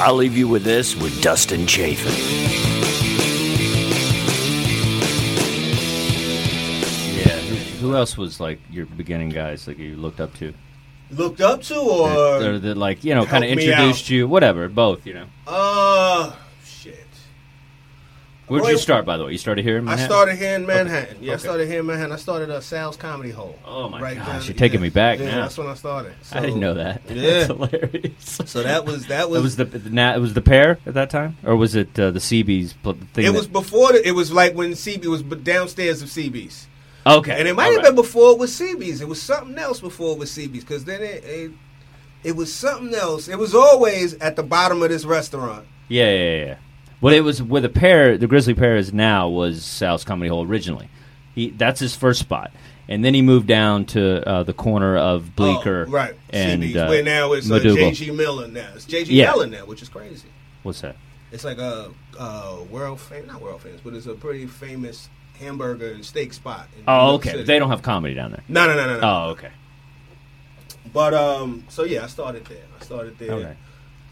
I'll leave you with this with Dustin Chafin. Yeah. Who, who else was like your beginning guys like you looked up to? Looked up to or That, or that like you know kind of Uh, Help me introduced out. you? Whatever. Both. You know. uh shit. Where did Roy- you start? By the way, you started here in I Manhattan. started here in Manhattan. Yeah, Okay. I started here in Manhattan. I started at Sal's Comedy Hole. Oh my gosh, down- you're taking yeah. me back yeah, now. That's when I started. I didn't know that. Yeah. That's hilarious. So that was that It was was, the now it was the pair at that time, or was it uh, the CBs pl- thing? that- it was before the, it was like when CB was b- downstairs of CB's. okay, And it might all have right. been before it was CB's. It was something else before it was CB's because then it, it it was something else. It was always at the bottom of this restaurant. Yeah, yeah, yeah, yeah. Well, it was where the pair, the Grizzly pair, is now was Sal's Comedy Hole originally. He that's his first spot, and then he moved down to uh, the corner of Bleecker, Oh, right? And CB's. uh, Where now it's uh, Madougal. JG Miller now. It's JG Yeah. Miller now, which is crazy. What's that? It's like a, uh world fam not world famous, but it's a pretty famous hamburger and steak spot. In New Oh, York okay. City. They don't have comedy down there. No, no, no, no, no. Oh, okay. Oh. But um, so yeah, I started there. I started there. All right.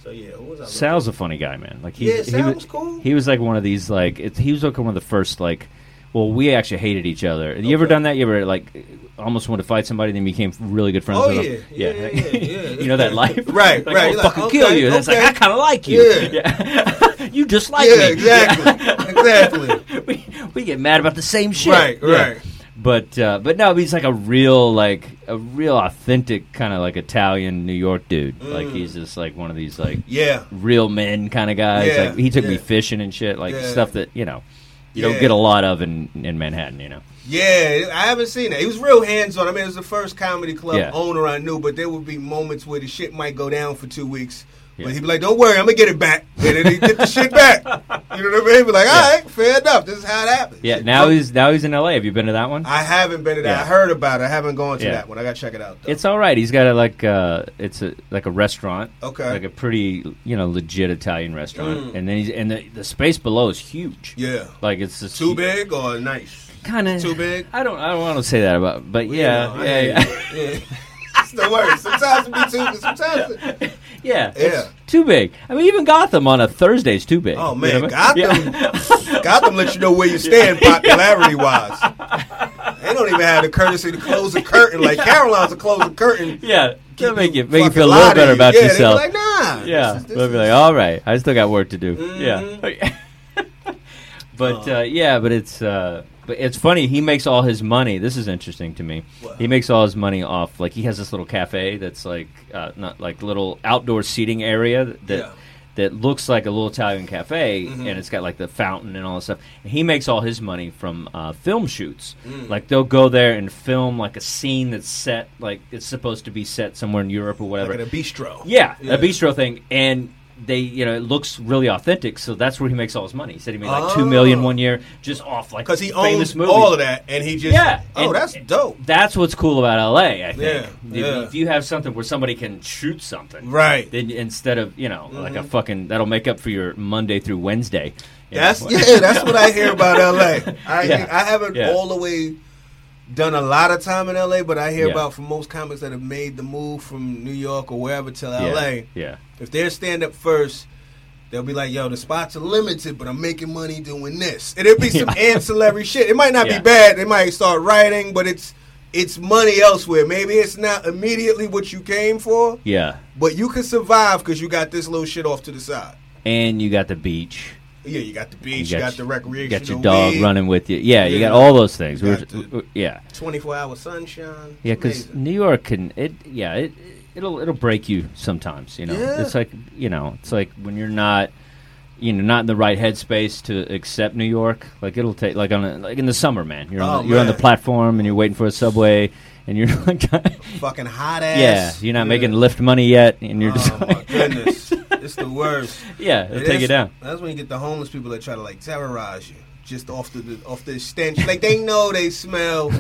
So yeah, who was I? looking- Sal's a funny guy, man. Like he, Yeah, Sal he was cool. He was like one of these like it, he was like one of the first like. Well, we actually hated each other. You ever Okay. done that? You ever like almost wanted to fight somebody, then became really good friends Oh, with yeah. them? Yeah, yeah, yeah, yeah. you know that life, Right, Like, right. I'll You're like, fucking kill okay, you. That's like okay. I kind of like you. Yeah. Yeah. you dislike yeah, me. exactly, exactly. we, we get mad about the same shit. Right, Yeah. right. But uh, but no, he's like a real like a real authentic kind of like Italian New York dude. Mm. Like he's just like one of these like Yeah, real men kind of guys. Yeah, like he took me yeah. fishing and shit, like Yeah. stuff that you know you don't Yeah. get a lot of in in Manhattan. You know, yeah. I haven't seen that. He was real hands on. I mean, it was the first comedy club Yeah. owner I knew, but there would be moments where the shit might go down for two weeks. Yeah. But he'd be like, "Don't worry, I'm gonna get it back," and then he get the shit back. You know what I mean? He'd be like, "All right, fair enough. This is how it happens." yeah. Shit, Now fuck he's now he's in L.A. Have you been to that one? I haven't been to that. Yeah. I heard about it. I haven't gone to Yeah. that one. I gotta check it out. Though. It's all right. He's got a like uh it's a like a restaurant. Okay. Mm. Like a pretty you know legit Italian restaurant, and then he's and the, the space below is huge. yeah, Like it's just too big or nice? Kind of Too big? I don't I don't want to say that about, but yeah, You know, I yeah, hate yeah. it. yeah. It's the worst. Sometimes it be too. Sometimes. It, Yeah, Yeah. it's too big. I mean, even Gotham on a Thursday's too big. oh You know man, what I mean? Gotham. Gotham lets you know where you stand popularity wise. They don't even have the courtesy to close the curtain. Like Caroline's a close the curtain. Yeah, Keep that'll make you them make you fucking feel a lie little to better you. about yeah, they be yourself. Like nah. yeah, This is, this they'll be is- Mm-hmm. like, "Oh, all right, I still got work to do. Yeah, but Oh. uh, yeah, but it's uh, but it's funny. He makes all his money. This is interesting to me. What? He makes all his money off like he has this little cafe that's like uh, not like little outdoor seating area that. Yeah. Mm-hmm. That looks like a little Italian cafe, and it's got like the fountain and all this stuff. And he makes all his money from uh, film shoots. Mm. Like they'll go there and film like a scene that's set, like it's supposed to be set somewhere in Europe or whatever. like at a bistro. Yeah, Yeah. a bistro thing, and they, you know, it looks really authentic. So that's where he makes all his money. He said he made like two million Oh. one year just off like because he famous owns movies. all of that, and he just Yeah, Oh, and- that's dope. That's what's cool about LA. I think Yeah, if, yeah. if you have something where somebody can shoot something, Right. Mm-hmm. Then instead of you know like a fucking that'll make up for your Monday through Wednesday. you know, That's what- yeah, that's what I hear about LA. I Yeah. I haven't Yeah. all the way done a lot of time in LA, but I hear Yeah. about from most comics that have made the move from New York or wherever to LA. yeah, Yeah. If they're stand up first, they'll be like, "Yo, the spots are limited, but I'm making money doing this." And it'll be some ancillary shit. It might not Yeah. be bad. They might start writing, but it's it's money elsewhere. Maybe it's not immediately what you came for, Yeah. but you can survive because you got this little shit off to the side. And you got the beach. Yeah, you got the beach, you got, the your- recreation, You got your dog running with you. Yeah, you Yeah. got all those things. We were, Got the- we- yeah. Twenty four hour sunshine. Yeah, It's because amazing. New York can it. Yeah, it it'll it'll break you sometimes. You know, Yeah. it's like you know, it's like when you're not, you know, not in the right headspace to accept New York. Like it'll take like on a, like in the summer, man. You're on Oh, the, you're on the man. platform and you're waiting for a subway and you're like, fucking hot yeah, ass. you're not making lift money yet, and you're just Oh like, my goodness, it's the worst. yeah, it'll It take you is- down. That's when you get the homeless people that try to like terrorize you. Just off the, the off the stench, like they know they smell,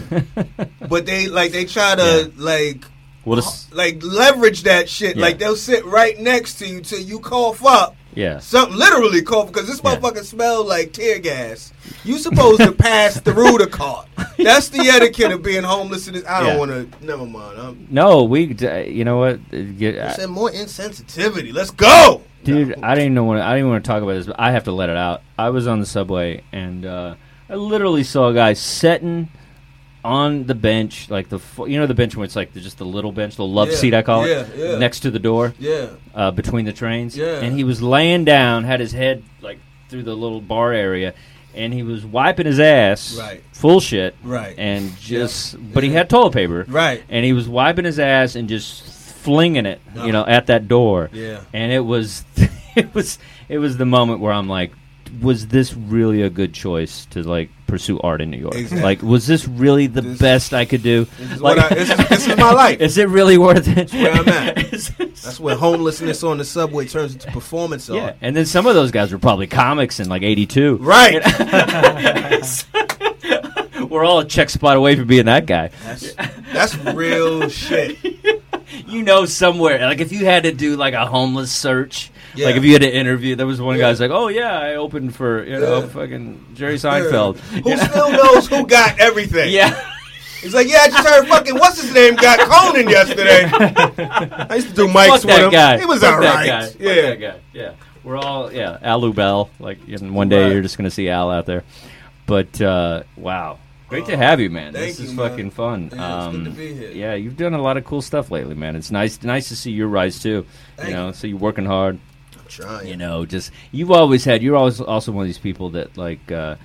but they like they try to like Well, this, like leverage that shit. Yeah. Like they'll sit right next to you till you cough up yeah, something, literally cough because this Yeah. motherfucker smelled like tear gas. You supposed to pass through the cart. That's the etiquette of being homeless. And I don't Yeah. want to. Never mind. I'm, No, we. d- You know what? Uh, Get, I I, said more insensitivity. Let's go, dude, No. I didn't know want. I didn't want to talk about this, but I have to let it out. I was on the subway and uh, I literally saw a guy sitting on the bench, like the fo- you know the bench where it's like the, just the little bench, the love Yeah, seat I call it, yeah, yeah. next to the door. yeah. uh, between the trains. Yeah. And he was laying down, had his head like through the little bar area, and he was wiping his ass, Right. full shit, Right. and just. Yeah. But he Yeah. had toilet paper, Right. and he was wiping his ass and just flinging it, Uh-huh. you know, at that door. Yeah. And it was, it was, it was the moment where I'm like. Was this really a good choice to like pursue art in New York? Exactly. Like, was this really the This- best I could do? This is, Like- what I, this, is, this is my life. Is it really worth it? where I'm at. Is this- That's where homelessness on the subway turns into performance yeah, art. and then some of those guys were probably comics in like '82. Right. We're all a check spot away from being that guy. That's, that's real shit. You know, somewhere like if you had to do like a homeless search, Yeah. like if you had to interview, there was one Yeah. guy's like, "Oh yeah, I opened for you know Yeah. fucking Jerry Seinfeld." Who still knows who got everything? Yeah, He's like, yeah, I just heard fucking what's his name got Conan yesterday. I used to do fuck mics with that him. guy. He was Fuck all that right. guy. Fuck Yeah. that guy. yeah. We're all yeah, Alu Bell. Like and one day Right. you're just gonna see Al out there, but uh, wow. Great to have you, man. thank this is you, man. fucking fun. Um, Yeah, it's good to be here. Yeah, you've done a lot of cool stuff lately, man. It's nice, nice to see your rise too. Thank you you. know, so you're working hard. I'm trying. You know, just you've always had. You're always also one of these people that like, uh,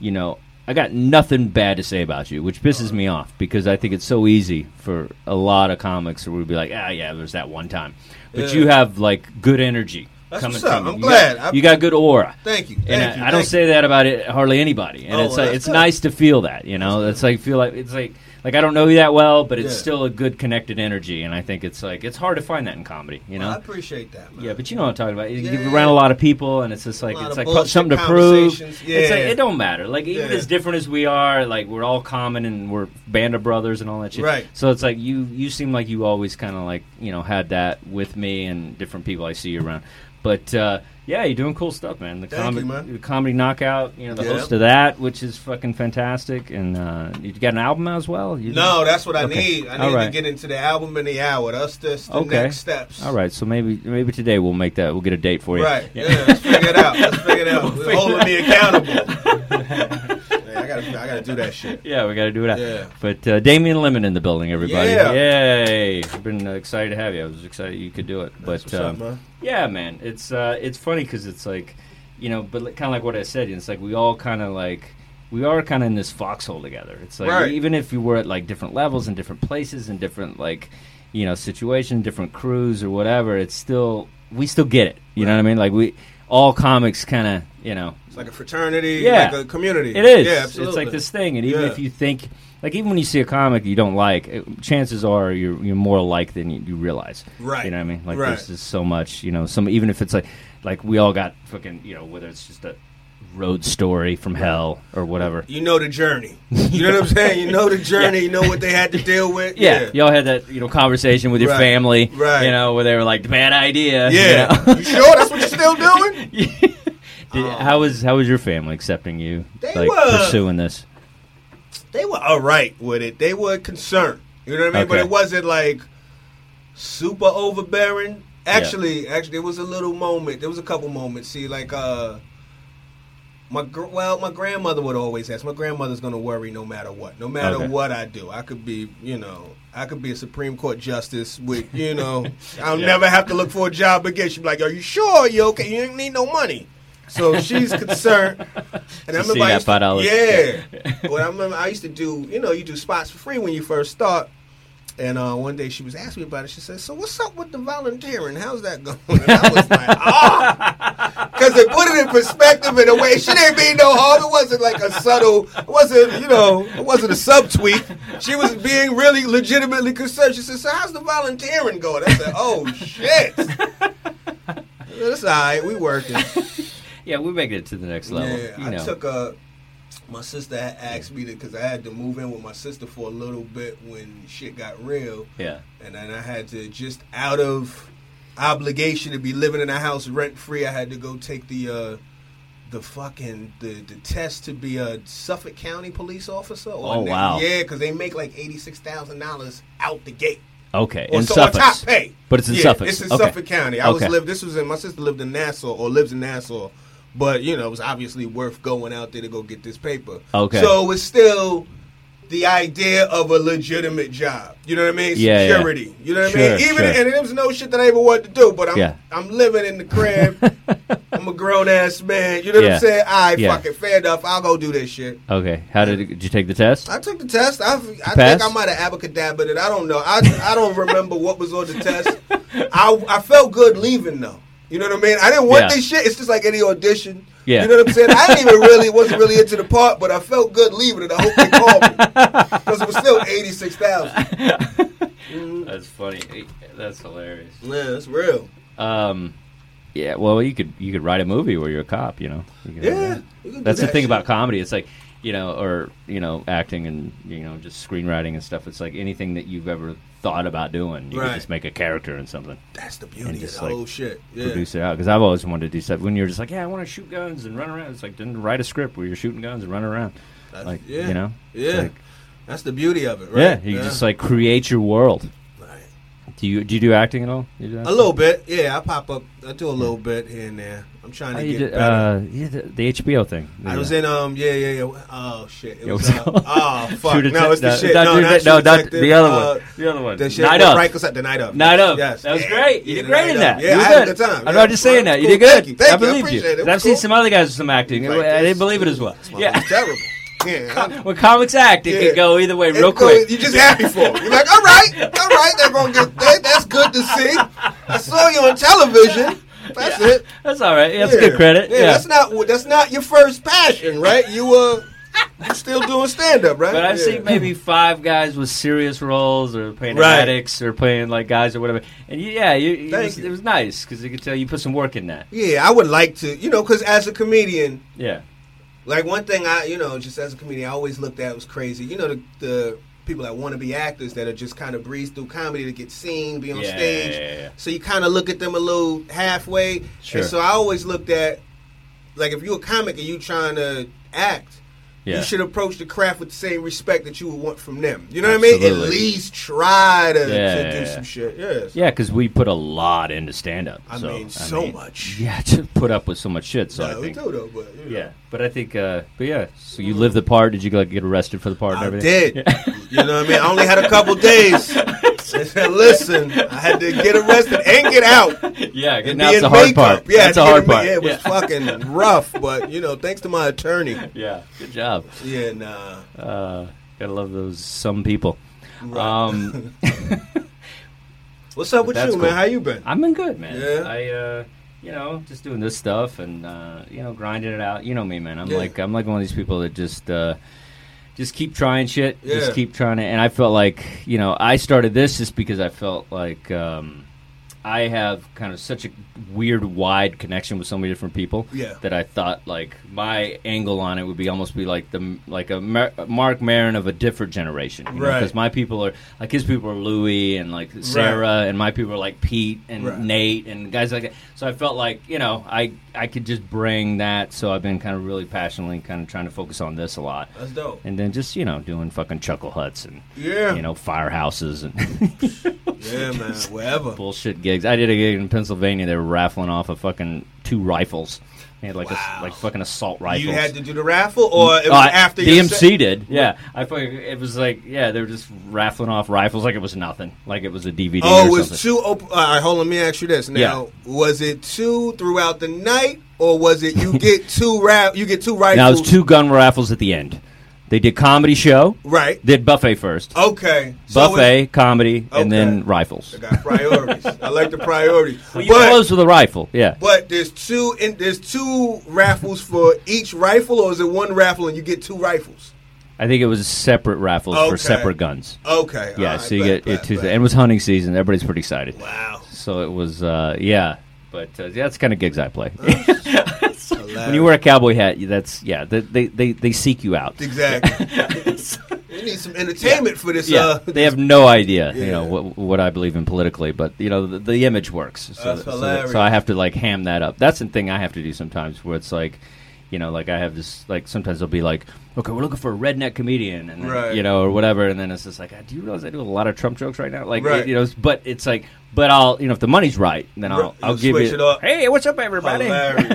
you know, I got nothing bad to say about you, which pisses me off because I think it's so easy for a lot of comics who would be like, ah, yeah, there's that one time, but Yeah. you have like good energy. That's coming what's up. from you. I'm You glad. got- I- you got good aura. Thank you. Thank And you. I, I don't Thank say that about it hardly anybody. And Oh, it's well, like, that's it's good. nice to feel that, you know. it's like feel like it's like like I don't know you that well, but it's Yeah. still a good connected energy. And I think it's like it's hard to find that in comedy, you you. know. I appreciate that, man. yeah, but you know what I'm talking about. You Yeah, get yeah, around a yeah. lot of people, and it's just like lot it's of like bullshit something to prove. conversations. It's like Yeah. it don't matter. Like even Yeah. as different as we are, like we're all common and we're band of brothers and all that shit. Right. So it's like you you seem like you always kind of like you know had that with me and different people I see you around. But uh, yeah, you're doing cool stuff, man. The Thank comedy, you, man. the comedy knockout. You know, the Yeah. host of that, which is fucking fantastic. And uh, you got an album out as well. You No, that's what I Okay. need. I All need right. to get into the album in the hour. That's just the Okay. next steps. All right, so maybe maybe today we'll make that. We'll get a date for you. Right. Yeah. Let's figure it out. Let's figure it out. We're holding me accountable. yeah, I gotta, I gotta do that shit. Yeah, we got to do it out. Yeah. But uh, Damian Lemon in the building, everybody. Yeah. Yay! I've been uh, excited to have you. I was excited you could do it. But That's what's up, um, man. yeah, man, it's uh, it's funny because it's like, you know, but kind of like what I said, it's like we all kind of like we are kind of in this foxhole together. It's like Right. even if you were at like different levels and different places and different like you know situation, different crews or whatever, it's still we still get it. You know what I mean? Like we all comics kind of you know It's like a fraternity. Yeah. Like a community. it is. Yeah, absolutely. It's like this thing, and even Yeah. if you think, like, even when you see a comic you don't like, it, chances are you're you're more alike than you, you realize. Right. You know what I mean? Like, Right. there's just so much. You know, some even if it's like, like we all got fucking, you know, whether it's just a road story from hell or whatever. you know the journey. You know what I'm saying? You know the journey. You know what they had to deal with. Yeah, y'all had that you know conversation with your Right. family, Right. You know where they were like, "Bad idea." you Yeah. know? You sure that's what you're still doing? Did- how was how was your family accepting you, They like were- pursuing this? They were all right with it. They were concerned. You know what I mean? But Okay. it wasn't like super overbearing. Actually, actually, there was a little moment. There was a couple moments. See, like uh, my gr- well, my grandmother would always ask. My grandmother's gonna worry no matter what. No matter Okay. what I do, I could be, you know, I could be a Supreme Court justice with, you know, I'll Yeah. never have to look for a job again. She'd be like, "Are you sure? You okay? You didn't need no money." So she's concerned. And She's seen I that used $5. to, yeah. well, I remember I used to do, you know, you do spots for free when you first start. And uh, one day she was asking me about it. She said, "So what's up with the volunteering? How's that going?" And I was like, "Ah," because they put it in perspective in a way. She didn't mean no harm. It wasn't like a subtle. It wasn't, you know, it wasn't a subtweet. She was being really legitimately concerned. She said, "So how's the volunteering going?" I said, "Oh shit." That's all right. We working. Yeah, we make it to the next level. Yeah, you I know. took a. My sister had asked me because I had to move in with my sister for a little bit when shit got real, yeah. and then I had to just out of obligation to be living in a house rent free. I had to go take the uh, the fucking the, the test to be a Suffolk County police officer. Or Oh, a- wow. Yeah, because they make like eighty six thousand dollars out the gate. Okay, Or in so or Suffolk. top pay. But it's in yeah, Suffolk. It's in Okay. Suffolk County. I Okay. was live. This was in my sister lived in Nassau or lives in Nassau, but you know it was obviously worth going out there to go get this paper. Okay. So it's still the idea of a legitimate job. You know what I mean? Yeah, yeah. Security. You know what Sure, I mean? Even sure. and there was no shit that I even wanted to do, but I'm Yeah. I'm living in the crib. I'm a grown ass man. You know what Yeah. I'm saying? I Yeah. fucking fair enough. I'll go do this shit. Okay, how did, it- did you take the test? I took the test. I've, I pass? think I might have abacadabered it. I don't know. I, I don't remember what was on the test. I, I felt good leaving though. You know what I mean? I didn't want Yeah. this shit. It's just like any audition. Yeah. You know what I'm saying? I didn't even really wasn't really into the part, but I felt good leaving it. I hope they called me because it was still eighty six thousand. Mm-hmm. That's funny. That's hilarious. Yeah, that's real. Um, yeah. Well, you could you could write a movie where you're a cop. You know. You could do Yeah. that. you can do That's the that thing shit. about comedy. It's like you know, or you know, acting and you know, just screenwriting and stuff. It's like anything that you've ever thought about doing, you could Right. just make a character in something, that's the beauty of just, the like, whole shit. Yeah. produce it out. Because I've always wanted to do stuff. When you're just like, yeah, I want to shoot guns and run around. It's like then write a script where you're shooting guns and running around. That's- Like yeah. you know, It's Yeah. like- that's the beauty of it, yeah. right? You just like create your world. Right. Do you do you do acting at all? You do A acting? little bit, yeah. I pop up. I do a little bit here and there. I'm trying How to you get did, better. uh, yeah, the, the HBO thing. I Yeah. was in um yeah yeah yeah oh shit it Yeah, was what's uh, it called? oh fuck True no it's the Detec- shit no, no True not Det- True no, not- Detective, the other one. uh, The other one. the shit Night with Up. Frank was at the night of Night up. yes That was yeah, great. You yeah, did the great Night in Of. that. yeah you I were had a good. good time I'm yeah, not just saying well, that. You cool. did good. thank you thank I you believe appreciate it. It you. was I've seen cool. some other guys with some acting. Like I this. didn't believe it as well. It was Yeah. terrible yeah When comics act, it Yeah. can go either way It real go- quick. you just happy for him. You're like, all right, all right, they're gonna get that. That's good to see. I saw you on television. That's it. That's all right. Yeah, that's good credit. Yeah. that's not that's not your first passion, right? You were you still doing stand up, right? But I've Yeah. seen maybe five guys with serious roles, or playing Right. addicts, or playing like guys or whatever. And you, yeah, you, it, Thank was, you. it was nice because you could tell you put some work in that. Yeah, I would like to, you know, because as a comedian, Yeah, like one thing I, you know, just as a comedian, I always looked at was crazy. You know, the, the people that want to be actors that are just kind of breeze through comedy to get seen, be on Yeah, stage. yeah, yeah, yeah. So you kind of look at them a little halfway. Sure. And so I always looked at, like, if you're a comic and you trying to act, yeah. you should approach the craft with the same respect that you would want from them. You know what I mean? At Absolutely. least try to, Yeah, to yeah, do yeah. some shit. Yes. Yeah, because we put a lot into stand up. I so, mean, so much. Yeah, to put up with so much shit. So no, I we think. do though, but you know. Yeah, but I think. Uh, but yeah, so you live the part. Did you like get arrested for the part? I and everything? did. You know what I mean? I only had a couple days. They said, Listen, I had to get arrested and get out. And Yeah, 'cause be now it's in the hard makeup. part. Yeah, that's I the had hard to part. get in- Yeah. It was fucking rough, but you know, thanks to my attorney. yeah, good job. Yeah, nah. Uh, gotta love those some people. Right. Um, What's up with you, that's man? cool. How you been? I'm been good, man. Yeah. I, uh, you know, just doing this stuff and uh, you know, grinding it out. You know me, man. I'm Yeah. like I'm like one of these people that just uh, just keep trying shit. Yeah. Just keep trying it. And I felt like you know I started this just because I felt like um, I have kind of such a weird wide connection with so many different people. Yeah. That I thought like my angle on it would be almost be like the like a Mar- Mark Maron of a different generation. you know, Right. 'cause my people are like his people are Louis and like Sarah and my people are like Pete and Right. Nate and guys like that. So I felt like you know I I could just bring that. So I've been kind of really passionately kind of trying to focus on this a lot, That's dope. and then just you know doing fucking chuckle huts and Yeah. you know firehouses and yeah, man. Wherever. bullshit gigs. I did a gig in Pennsylvania. They were raffling off a fucking two rifles. They had like Wow. a, like fucking assault rifles. You had to do the raffle, or it was Oh, I- after the your MC set? did. Yeah, I fucking it was like yeah they were just raffling off rifles like it was nothing, like it was a DVD. Oh, or it was something. two. Op- All right, hold on. Let me ask you this. Now, was it two throughout the night, or was it you get two rap? You get two rifles. Now it was two gun raffles at the end. They did comedy show, Right. did buffet first, Okay. So buffet, comedy, and then Okay. rifles. it- I got priorities. I like the priorities. Well, you but close with a rifle, yeah. but there's two and there's two raffles for each rifle, or is it one raffle and you get two rifles? I think it was separate raffles for Okay. separate guns. Okay. Yeah, all right, so you bet, get bet, it Tuesday, bet. and it was hunting season. Everybody's pretty excited. wow. So it was, uh, yeah. But uh, yeah, that's the kind of gigs I play. Hilarious. when you wear a cowboy hat, that's yeah. They they, they, they seek you out. exactly. you need some entertainment for this. Yeah, Uh, they have no idea, you know, Yeah. what, what I believe in politically, but you know, the, the image works. So, That's so, hilarious. so I have to like ham that up. That's the thing I have to do sometimes, where it's like, you know, like I have this like sometimes they'll be like, okay, we're looking for a redneck comedian, and then, Right. you know, or whatever, and then it's just like, "Ah, do you realize I do a lot of Trump jokes right now? Like, Right. you know, but it's like, but I'll you know if the money's right, then I'll Right. I'll You'll give switch you. it up. Hey, what's up, everybody?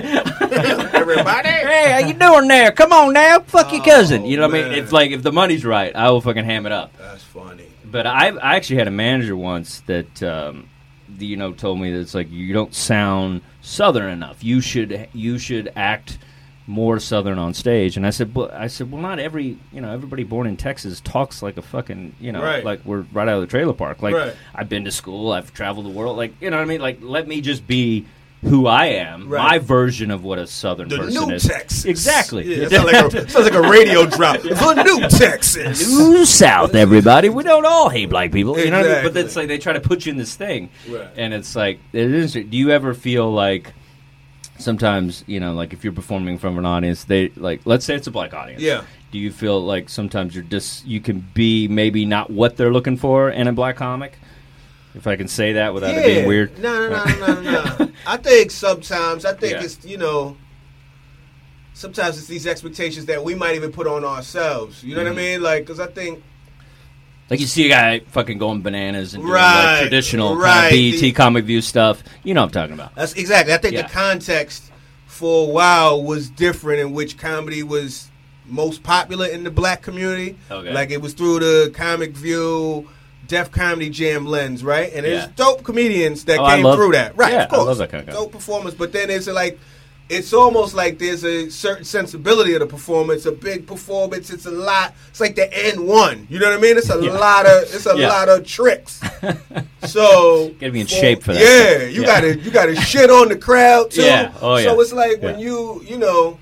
Hilarious. Everybody. Hey, how you doing there? Come on now, fuck your cousin. You know what I man. mean? It's like if the money's right, I will fucking ham it up. That's funny. But I, I actually had a manager once that, um, the- you know, told me that it's like you don't sound southern enough. You should, you should act more southern on stage. And I said, well, I said, well, not every, you know, everybody born in Texas talks like a fucking, you know, Right. like we're right out of the trailer park. Like Right. I've been to school, I've traveled the world, like you know what I mean. Like let me just be. Who I am, Right. my version of what a southern The person new is. Texas. Exactly. Yeah, it sounds, like a, sounds like a radio drop. The new Texas. New South, everybody. We don't all hate black people, you know. What I mean? But Exactly. it's like they try to put you in this thing, Right. and it's like it is. Do you ever feel like sometimes you know, like if you're performing in front of an audience, they like let's say it's a black audience, Yeah. Do you feel like sometimes you're just you can be maybe not what they're looking for in a black comic? If I can say that without it being weird, No, no, no, no, no, no. I think sometimes I think Yeah. it's you know. Sometimes it's these expectations that we might even put on ourselves. You know Mm-hmm. what I mean? Like, because I think Like you see a guy fucking going bananas and doing Right, like traditional right. kind of BET The- comic view stuff. You know what I'm talking about. that's exactly. I think Yeah. the context for a while was different in which comedy was most popular in the black community. Okay. Like it was through the Comic View, Def Comedy Jam lens, right? And there's Yeah. dope comedians that Oh, I came love- through that, right? yeah, of course, I love that kind of guy. dope performers. But then it's like. It's almost like there's a certain sensibility of the performance, a big performance. It's a lot. It's like the N one. You know what I mean? It's a Yeah. lot of it's a Yeah. lot of tricks. So Gotta be in shape for that. Yeah, you Yeah. gotta you gotta shit on the crowd too. Yeah. Oh, So yeah. it's like when Yeah. you you know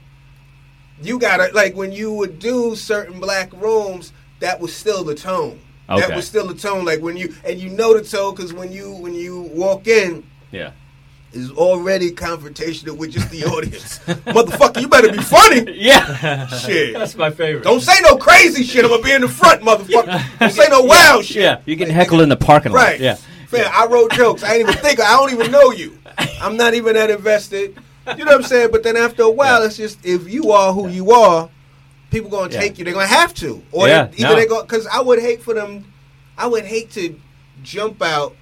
you gotta like when you would do certain black rooms, that was still the tone. That Okay. was still the tone. Like when you and you know the tone because when you when you walk in. Yeah. Is already confrontational with just the audience, motherfucker. You better be funny, Yeah. shit. my favorite. Don't say no crazy shit. I'm gonna be in the front, motherfucker. Don't say no wild shit. Yeah, you can heckle in the parking lot. Right. Yeah. Fam, I wrote jokes. I ain't even think. I don't even know you. I'm not even that invested. You know what I'm saying? But then after a while, it's just if you are who you are, people gonna Yeah. take you. They're gonna have to. Or Yeah, they, no. either they go because I would hate for them. I would hate to jump out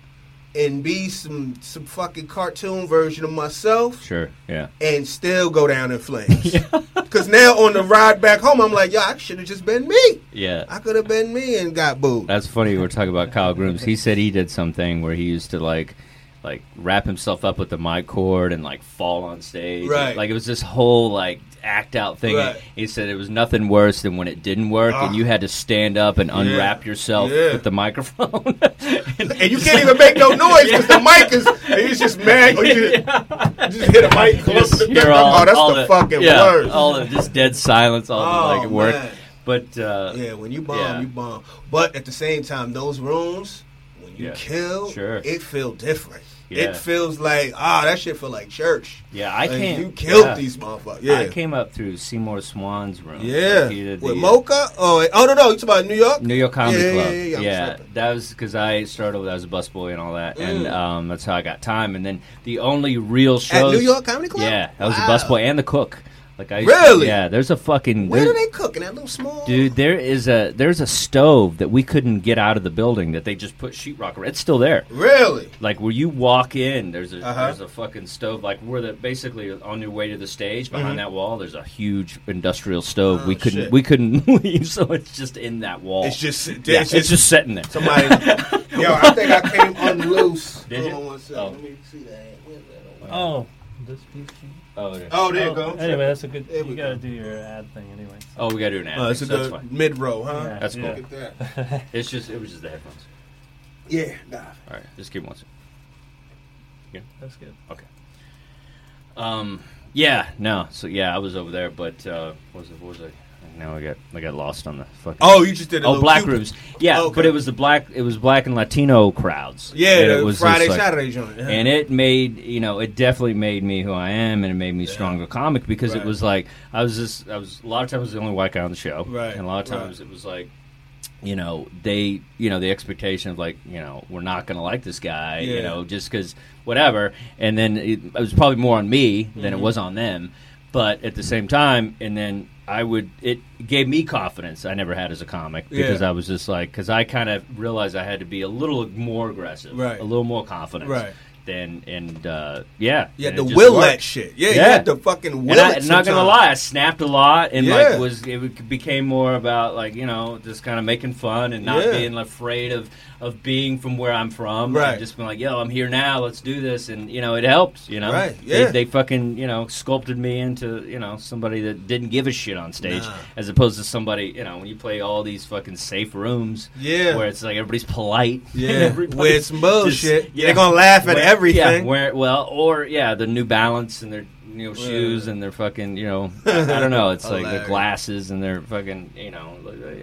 and be some some fucking cartoon version of myself Sure. Yeah. and still go down in flames. Because now on the ride back home, I'm like, yo, I should have just been me. Yeah. I could have been me and got booed. That's funny. We're talking about Kyle Grooms. He said he did something where he used to like, like wrap himself up with the mic cord and like fall on stage. Right. Like it was this whole like act out thing. Right. He said it was nothing worse than when it didn't work Ah. and you had to stand up and unwrap yourself Yeah. with the microphone. and you can't even make no noise because the mic is and he's just mad. Or you just, you just hit a mic close. Just to the hear thing. all- oh, that's all the, fucking yeah, worst. All the just dead silence. All Oh, the like work. man. But uh, yeah, when you bomb, Yeah. you bomb. But at the same time, those rooms when you Yeah. kill, Sure. it feel different. Yeah. It feels like ah, that shit feel like church. yeah, I Like, can't. You killed yeah. these motherfuckers. Yeah. I came up through Seymour Swan's room. yeah, Like, he did with the- Mocha. Oh, oh no, no, you talking about New York? New York Comedy Yeah, yeah, Club. yeah, yeah, I'm tripping. that was because I started with I was a busboy and all that, and Mm. um, that's how I got time. And then the only real At shows New York Comedy Club. Yeah, I was Wow. a busboy and the cook. Like I used Really? yeah. There's a fucking Where there- do they cook in that little small? Dude, there is a there's a stove that we couldn't get out of the building that they just put sheetrock around. It's still there. really? Like where you walk in, there's a Uh-huh. there's a fucking stove. Like where the basically on your way to the stage behind that wall, there's a huge industrial stove. Mm-hmm. Oh, we couldn't shit. we couldn't leave, so it's just in that wall. It's just it's, Oh. yeah, it's, just, just sitting there. Somebody, yo, I think I came unloose. Did Hold you? on one second. Oh. Let me see that. Where's that on? Oh, this piece. Oh, it is. Oh, there Oh, you go. Anyway, that's a good. There we You got to go. do your ad thing anyway. so- oh, we gotta do an ad. Oh, it's so a that's good fine. mid row, huh? That's yeah. cool. Look at that. It's just it was just the headphones. Yeah, nah. All right, just keep watching. That's good. Um, yeah, no, so yeah, I was over there, but uh, what was it? What was I? Now I got I got lost on the fucking. Oh, you just did a Oh, little black Cupid. rooms. Yeah, Okay. but it was the black. It was black and Latino crowds. Yeah, And the it was Friday, just like- Saturday joint. yeah. And it made you know it definitely made me who I am, and it made me a Yeah. stronger comic because Right. it was like I was just I was a lot of times I was the only white guy on the show, Right, And a lot of right. times it was like you know they you know the expectation of like you know we're not gonna like this guy Yeah. Mm-hmm. you know just because whatever, and then it, it was probably more on me than it was on them. but at the same time, and then I would it gave me confidence I never had as a comic because Yeah. I was just like because I kind of realized I had to be a little more aggressive, Right. A little more confident, Right. Than and uh, yeah, You and had to it just will worked. that shit. Yeah, you Yeah. had to fucking will and I, it. not gonna sometimes. lie, I snapped a lot, and Yeah. like was it became more about like you know just kind of making fun and not Yeah. being afraid of of being from where I'm from. Right. and just being like, yo, I'm here now, let's do this, and you know it helped. You know, Right, They- yeah. they, fucking you know sculpted me into you know somebody that didn't give a shit on stage, Nah. as opposed to somebody you know when you play all these fucking safe rooms, Yeah. where it's like everybody's polite, and Yeah, everybody's with some bullshit. yeah. They're gonna laugh at Wear- everything. Yeah, wear, well, or yeah, the New Balance and their you know shoes and their fucking you know I don't know. It's like the Hilarious. glasses and their fucking you know.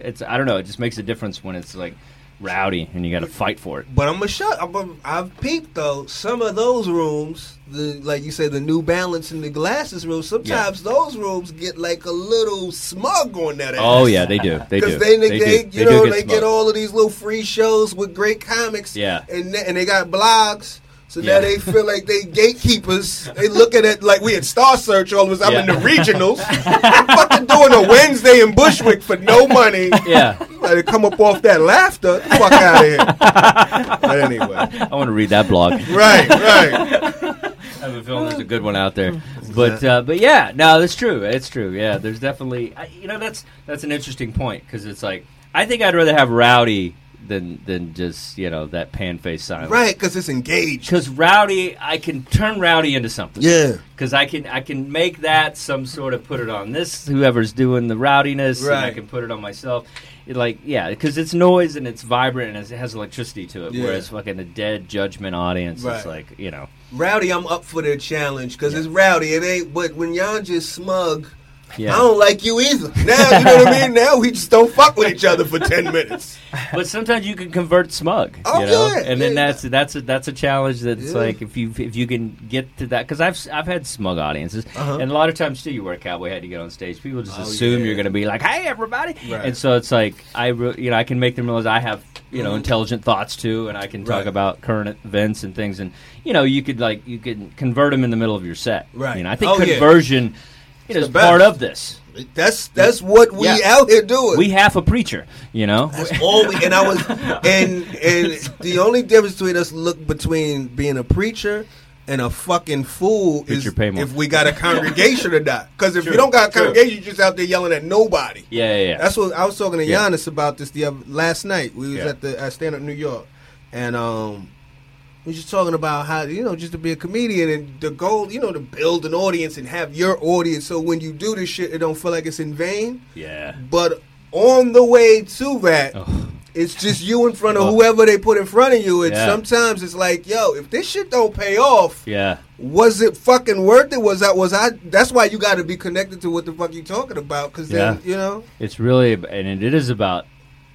It's I don't know. It just makes a difference when it's like rowdy and you got to fight for it. But I'm a shut. I'm a, I've peeped though. Some of those rooms, the like you say, the New Balance and the glasses room. Sometimes those rooms get like a little smug on that. Ass. Oh yeah, they do. They do. Because they, they, do. they, you They do know, get they smoked. get all of these little free shows with great comics. Yeah. And they, and they got blogs. So now Yeah. they feel like they gatekeepers. They looking at like we had Star Search all of us. I'm in the Yeah. regionals. I'm fucking doing a Wednesday in Bushwick for no money. Yeah, Like, they come up off that laughter. Fuck out of here. But anyway. I want to read that blog. Right, right. I have a feeling there's a good one out Mm. there, but uh, but yeah, no, that's true. It's true. Yeah, there's definitely I, you know that's that's an interesting point because it's like I think I'd rather have rowdy than than just you know that pan face silence. Right, because it's engaged. Because rowdy, I can turn rowdy into something. Yeah. Because I can I can make that some sort of put it on this whoever's doing the rowdiness, and I Right. can put it on myself. It like yeah, because it's noise and it's vibrant and it has electricity to it. Yeah. Whereas fucking a dead judgment audience is Right. like you know Rowdy, I'm up for the challenge because it's rowdy. It ain't, but when y'all just smug, yeah. I don't like you either. Now, you know what I mean? Now we just don't fuck with each other for 10 minutes. but sometimes you can convert smug, Oh, you know, yeah, and then yeah. that's that's a, that's a challenge. That's Yeah. like if you if you can get to that because I've s- I've had smug audiences, Uh-huh. and a lot of times too, you wear a cowboy hat, you get on stage, people just Oh, assume yeah. you're going to be like, "Hey, everybody," Right. and so it's like I re- you know I can make them realize I have you know Mhm. intelligent thoughts too, and I can talk Right. about current events and things, and you know you could like you can convert them in the middle of your set, Right. You know, I think Oh, yeah. conversion you know, is the best. part of this. That's that's what we Yeah. out here doing. We have a preacher, you know. That's all we, and I was and and the only difference between us look between being a preacher and a fucking fool Preacher is Paymore. if we got a congregation or not. Because if True, you don't got a true. congregation, you just out there yelling at nobody. Yeah, yeah, yeah. That's what I was talking to Yeah. Giannis about this the other, last night. We was Yeah. at the at Stand Up New York, and um, we was just talking about how you know just to be a comedian and the goal, you know, to build an audience and have your audience. So when you do this shit, it don't feel like it's in vain. yeah. But on the way to that. Oh. It's just you in front of Oh. whoever they put in front of you, and Yeah. sometimes it's like, yo, if this shit don't pay off, Yeah. was it fucking worth it? Was I was I? That's why you got to be connected to what the fuck you talking about, because then Yeah. you know, It's really, ab- and it is about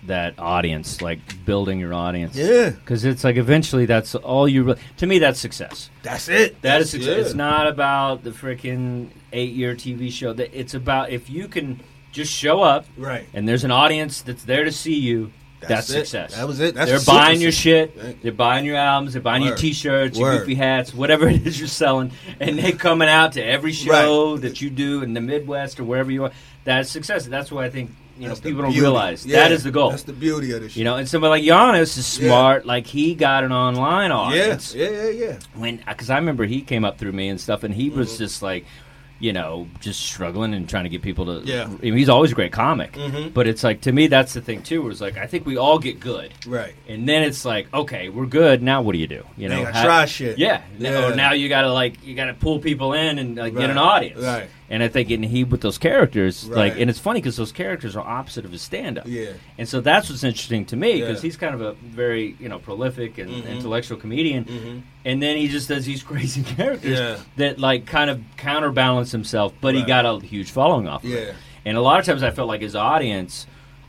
that audience, like building your audience. yeah, Because it's like eventually that's all you really, to me, that's success. that's it. That is That's- success. yeah. It's not about the freaking eight year TV show. That It's about if you can just show up right. and there's an audience that's there to see you. That's, it. success. That was it. That's they're super buying your success. shit. Right. They're buying your albums. They're buying your Word. T-shirts, your Word. goofy hats, whatever it is you're selling, and they coming out to every show that you do in the Midwest or wherever you are. That's success. That's why I think you know That's the people don't beauty. realize Yeah. that is the goal. That's the beauty of this. Shit. you know, and somebody like Giannis is Yeah. smart. Like he got an online audience yeah, yeah, yeah, yeah. when because I remember he came up through me and stuff, and he was Mm-hmm. just like, you know, just struggling and trying to get people to. Yeah. I mean, he's always a great comic, Mhm. but it's like to me that's the thing too. Where it's like I think we all get good, Right. and then it's like okay, we're good. Now what do you do? You You know, gotta how- try shit. Yeah. Yeah. Or now you gotta like you gotta pull people in and like get Right. an audience. Right. And I think and he with those characters like Right. and it's funny because those characters are opposite of his stand up. Yeah. And so that's what's interesting to me because Yeah. he's kind of a very you know prolific and Mhm. intellectual comedian, Mhm. and then he just does these crazy characters Yeah. that like kind of counterbalance himself, but he Right. got a huge following off. Of it. Yeah. And a lot of times I felt like his audience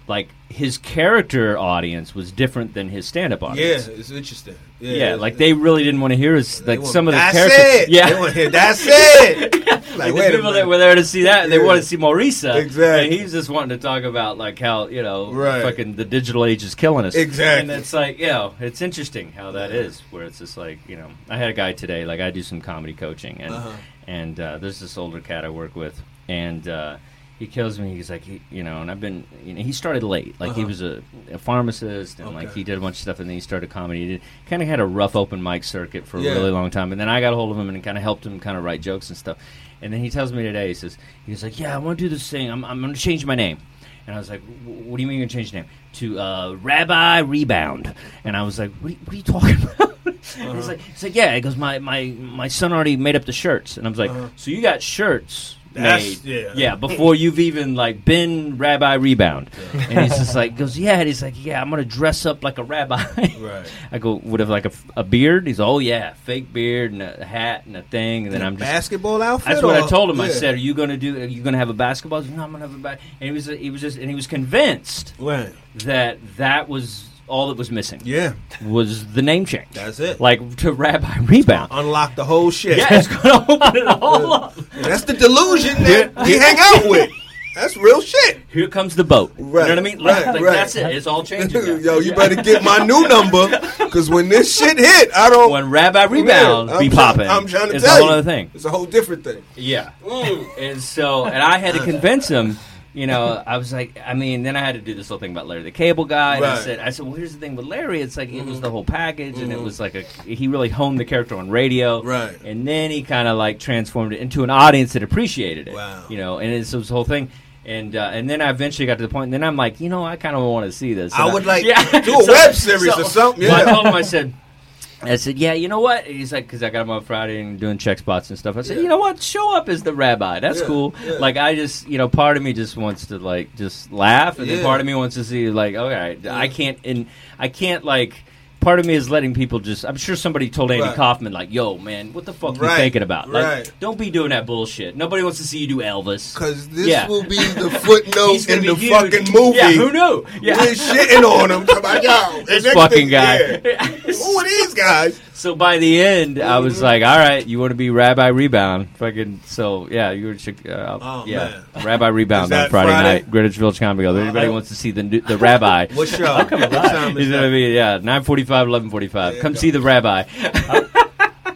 like his character audience was different than his stand-up Yeah, audience. it's interesting. Yeah, like they really didn't want to hear his they like want- some of the that's characters. It. Yeah, They want to hear, that's it. like Like, the wait a people that minute. were there to see that, they Yeah. wanted to see Maurissa. Exactly. And he's just wanting to talk about like how you know, Right. fucking the digital age is killing us. Exactly. And it's like, you know, it's interesting how that is, where it's just like, you know, I had a guy today, like I do some comedy coaching, and Uh-huh. and uh, there's this older cat I work with, and. uh he kills me. He's like, he, you know, and I've been, you know, he started late. Like he Uh-huh. was a, a pharmacist, and like Okay. he did a bunch of stuff, and then he started comedy. He did kind of had a rough open mic circuit for Yeah. a really long time, and then I got a hold of him and kind of helped him kind of write jokes and stuff. And then he tells me today, he says, he's like, yeah, I want to do this thing. I'm, I'm going to change my name. And I was like, "Wh- what do you mean you're going to change your name? To uh, Rabbi Rebound. And I was like, what are you, what are you talking about? Uh-huh. And he's like, he's like, yeah. He goes, my, my, my son already made up the shirts. And I was like, Uh-huh. so you got shirts That's- made, yeah. before you've even like been Rabbi Rebound. And he's just like, goes, yeah. And he's like, yeah, I'm going to dress up like a rabbi. Right. I go, would have like a, f- a beard? He's, oh yeah, fake beard and a hat and a thing, and then I'm just. basketball outfit. That's what I or- told him. I Yeah. said, "Are you gonna do? Are you gonna have a basketball?" He's, no, I'm gonna have a bat. And he was, he was just, and he was convinced Right. that that was all that was missing Yeah. was the name change. That's it. Like to Rabbi Rebound. Unlock the whole shit. Yeah, it's gonna open it all up. That's the delusion that we hang out with. That's real shit. Here comes the boat. You Right, know what I mean? Like, right, like, right. That's it. It's all changing. now. Yo, you better get my new number because when this shit hit, I don't. when Rabbi Rebound Yeah, I'm be try- popping, I'm trying to it's tell a whole you. other thing. It's a whole different thing. Yeah. and so, and I had to convince him. You know, I was like, I mean, then I had to do this whole thing about Larry the Cable Guy. And I Right. Mm-hmm. said, I said, well, here's the thing with Larry. It's like it was the whole package, and it was like a he really honed the character on radio, Right. And then he kind of like transformed it into an audience that appreciated it. Wow. You know, and it's this whole thing. And, uh, and then I eventually got to the point. And then I'm like, you know, I kind of want to see this. I And would like yeah. do a web series or something, well, I yeah. told him, I said, I said, yeah, you know what? And he's like, because I got him on Friday and doing check spots and stuff. I said, Yeah. you know what? Show up as the rabbi. That's Yeah, cool. yeah. Like, I just, you know, part of me just wants to like just laugh, and Yeah. then part of me wants to see like, okay, I can't, and I can't like. Part of me is letting people just. I'm sure somebody told Andy Right. Kaufman, like, "Yo, man, what the fuck you Right, thinking about? Like, right. don't be doing that bullshit. Nobody wants to see you do Elvis. Because this Yeah. will be the footnote He's gonna in be the huge. fucking movie. Yeah, who knew? Yeah, We're shitting on them. Somebody, yo, and this next fucking thing- guy. yeah. Who Mm-hmm. are these guys? So by the end, I was like, "All right, you want to be Rabbi Rebound? Fucking so, yeah, you were chick- uh, Oh, yeah, Rabbi Is Rebound that on Friday, Friday? night, Greenwich Village Comedy. Club. Anybody Uh-huh. wants to see the new- the Rabbi? What show? What time You is know what I that? mean? Yeah, nine forty-five, eleven forty-five. Yeah, Come go. see the Rabbi.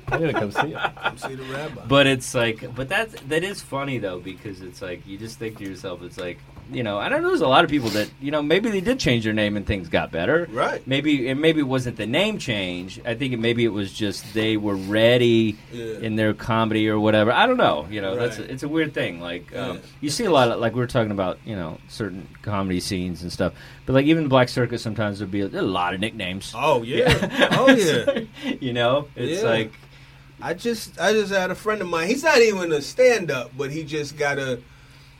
I gotta come see it. Come see the rabbi. But it's like, but that's that is funny though because it's like you just think to yourself, it's like you know, I don't know. There's a lot of people that you know maybe they did change their name and things got better, Right. Maybe and maybe it wasn't the name change. I think it, maybe it was just they were ready Yeah. in their comedy or whatever. I don't know. You know, that's Right. it's a weird thing. Like um, Yeah. you see a lot of like we were talking about you know certain comedy scenes and stuff, but like even the Black Circus sometimes there'd be a, a lot of nicknames. Oh yeah. Oh yeah. you know, it's Yeah. like I just I just had a friend of mine. He's not even a stand up, but he just got a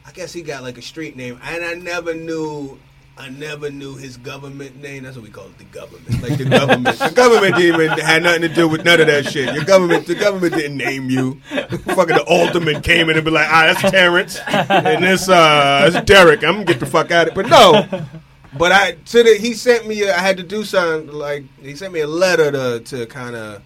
I guess he got like a street name. And I never knew I never knew his government name. That's what we call it, the government. Like the government. the government didn't even had nothing to do with none of that shit. Your government the government didn't name you. Fucking the alderman came in and be like, ah, that's Terrence and this uh it's Derek. I'm gonna get the fuck out of it. But no. But I to the he sent me a, I had to do something like he sent me a letter to to kinda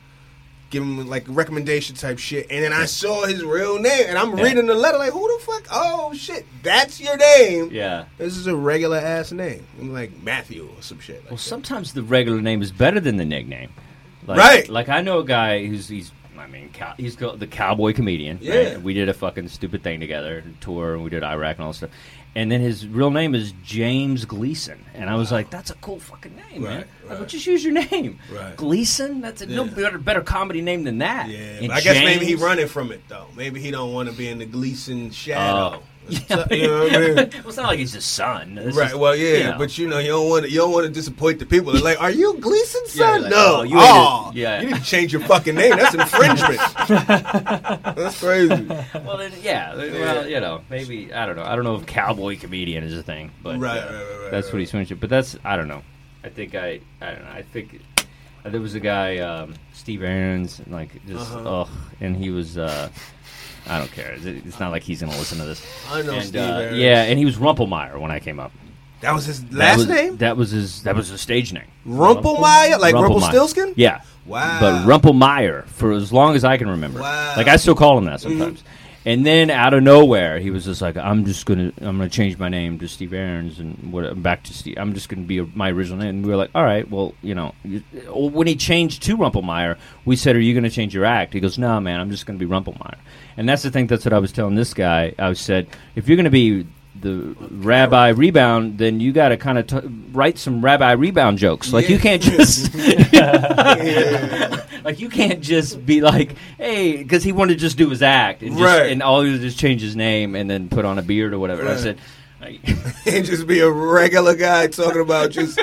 give him like recommendation type shit. And then I saw his real name, and I'm Yeah. reading the letter like, who the fuck? Oh shit, that's your name. yeah. This is a regular ass name. I'm like Matthew or some shit. Like Well, that. sometimes the regular name is better than the nickname. Like, Right. Like I know a guy who's he's I mean cow, he's go, the cowboy comedian. right? Yeah. We did a fucking stupid thing together, and tour, and we did Iraq and all this stuff. And then his real name is James Gleason, and I was like, "That's a cool fucking name, man. Right, Like, right. well, just use your name, Right. Gleason. That's a no Yeah. better better comedy name than that. yeah, And but I guess maybe James- he running from it though. Maybe he don't want to be in the Gleason shadow. Oh. So- you know what I mean? well, it's not like he's his son, It's Right. just- Well, yeah, you know. but you know, you don't want to, you don't want to disappoint the people. They're like, "Are you Gleason's Yeah, son?" like, no. oh, Oh, you you, ain't a- yeah. need to change your fucking name. That's infringement. That's crazy. well, then, yeah. Well, you know, maybe I don't know. I don't know if cowboy comedian is a thing, but Right, uh, right, right, right, that's what right. he swings at. But that's I don't know. I think I I don't know. I think uh, there was a guy um, Steve Aarons, and like just Uh-huh. ugh, and he was. Uh, I don't care. It's- It's not like he's gonna listen to this. I know And, Steve. uh, Harris. yeah, and he was Rumpelmeyer when I came up. That was his last was, name? That was his. That was his stage name. Rumpelmeyer? Like Rumpelmeyer. Rumpelstiltskin? Yeah. Wow. But Rumpelmeyer for as long as I can remember. Wow. Mm-hmm. Like I still call him that sometimes. And then out of nowhere, he was just like, "I'm just gonna, I'm gonna change my name to Steve Aarons and what, I'm back to Steve. I'm just gonna be my original name." And we were like, "All right, well, you know." you- well, When he changed to Rumpelmeyer, we said, "Are you gonna change your act?" He goes, "No, man, I'm just gonna be Rumpelmeyer." And that's the thing. That's what I was telling this guy. I said, "If you're gonna be the rabbi rebound, then you got to kind of t- write some rabbi rebound jokes. Like Yeah. you can't just Yeah. like you can't just be like, hey, because he wanted to just do his act and just, Right. and all he was just change his name and then put on a beard or whatever. And Right. I said, I- and just be a regular guy talking about just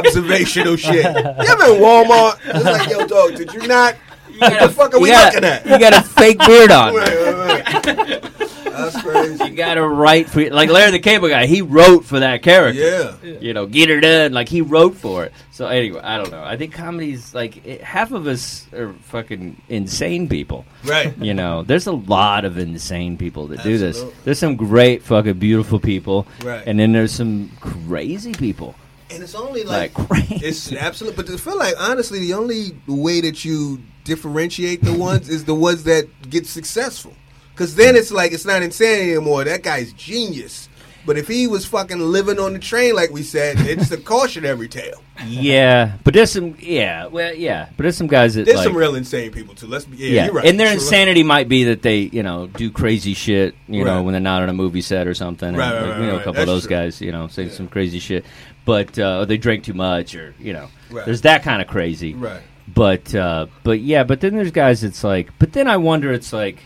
observational shit. You ever in Walmart? It's like, yo, dog, did you not? What the fuck are you we got looking at? you got a fake beard on. Right, right, right. That's You crazy. got to write for like Larry the Cable Guy. He wrote for that character. Yeah. you know, get her done. Like he wrote for it. So anyway, I don't know. I think comedy's like it, half of us are fucking insane people. Right. You know, there's a lot of insane people that do this. Absolutely. There's some great fucking beautiful people, Right. and then there's some crazy people. And it's only Like, like, crazy. it's absolute. But I feel like honestly, the only way that you differentiate the ones is the ones that get successful. Because then it's like it's not insanity anymore. That guy's genius. But if he was fucking living on the train, like we said, it's a cautionary tale. yeah, but there's some. Yeah, well, yeah, but there's some guys that There's like, some real insane people too. Let's be yeah, yeah, you're right. and their You're right. insanity might be that they, you know, do crazy shit, you Right. know, when they're not on a movie set or something. Right, and, right, like, right, you know, a right. couple That's of those true. guys, you know, say Yeah. some crazy shit, but uh, they drink too much or you know, Right. there's that kind of crazy. Right. But uh, but yeah, but then there's guys. It's like, but then I wonder. It's like,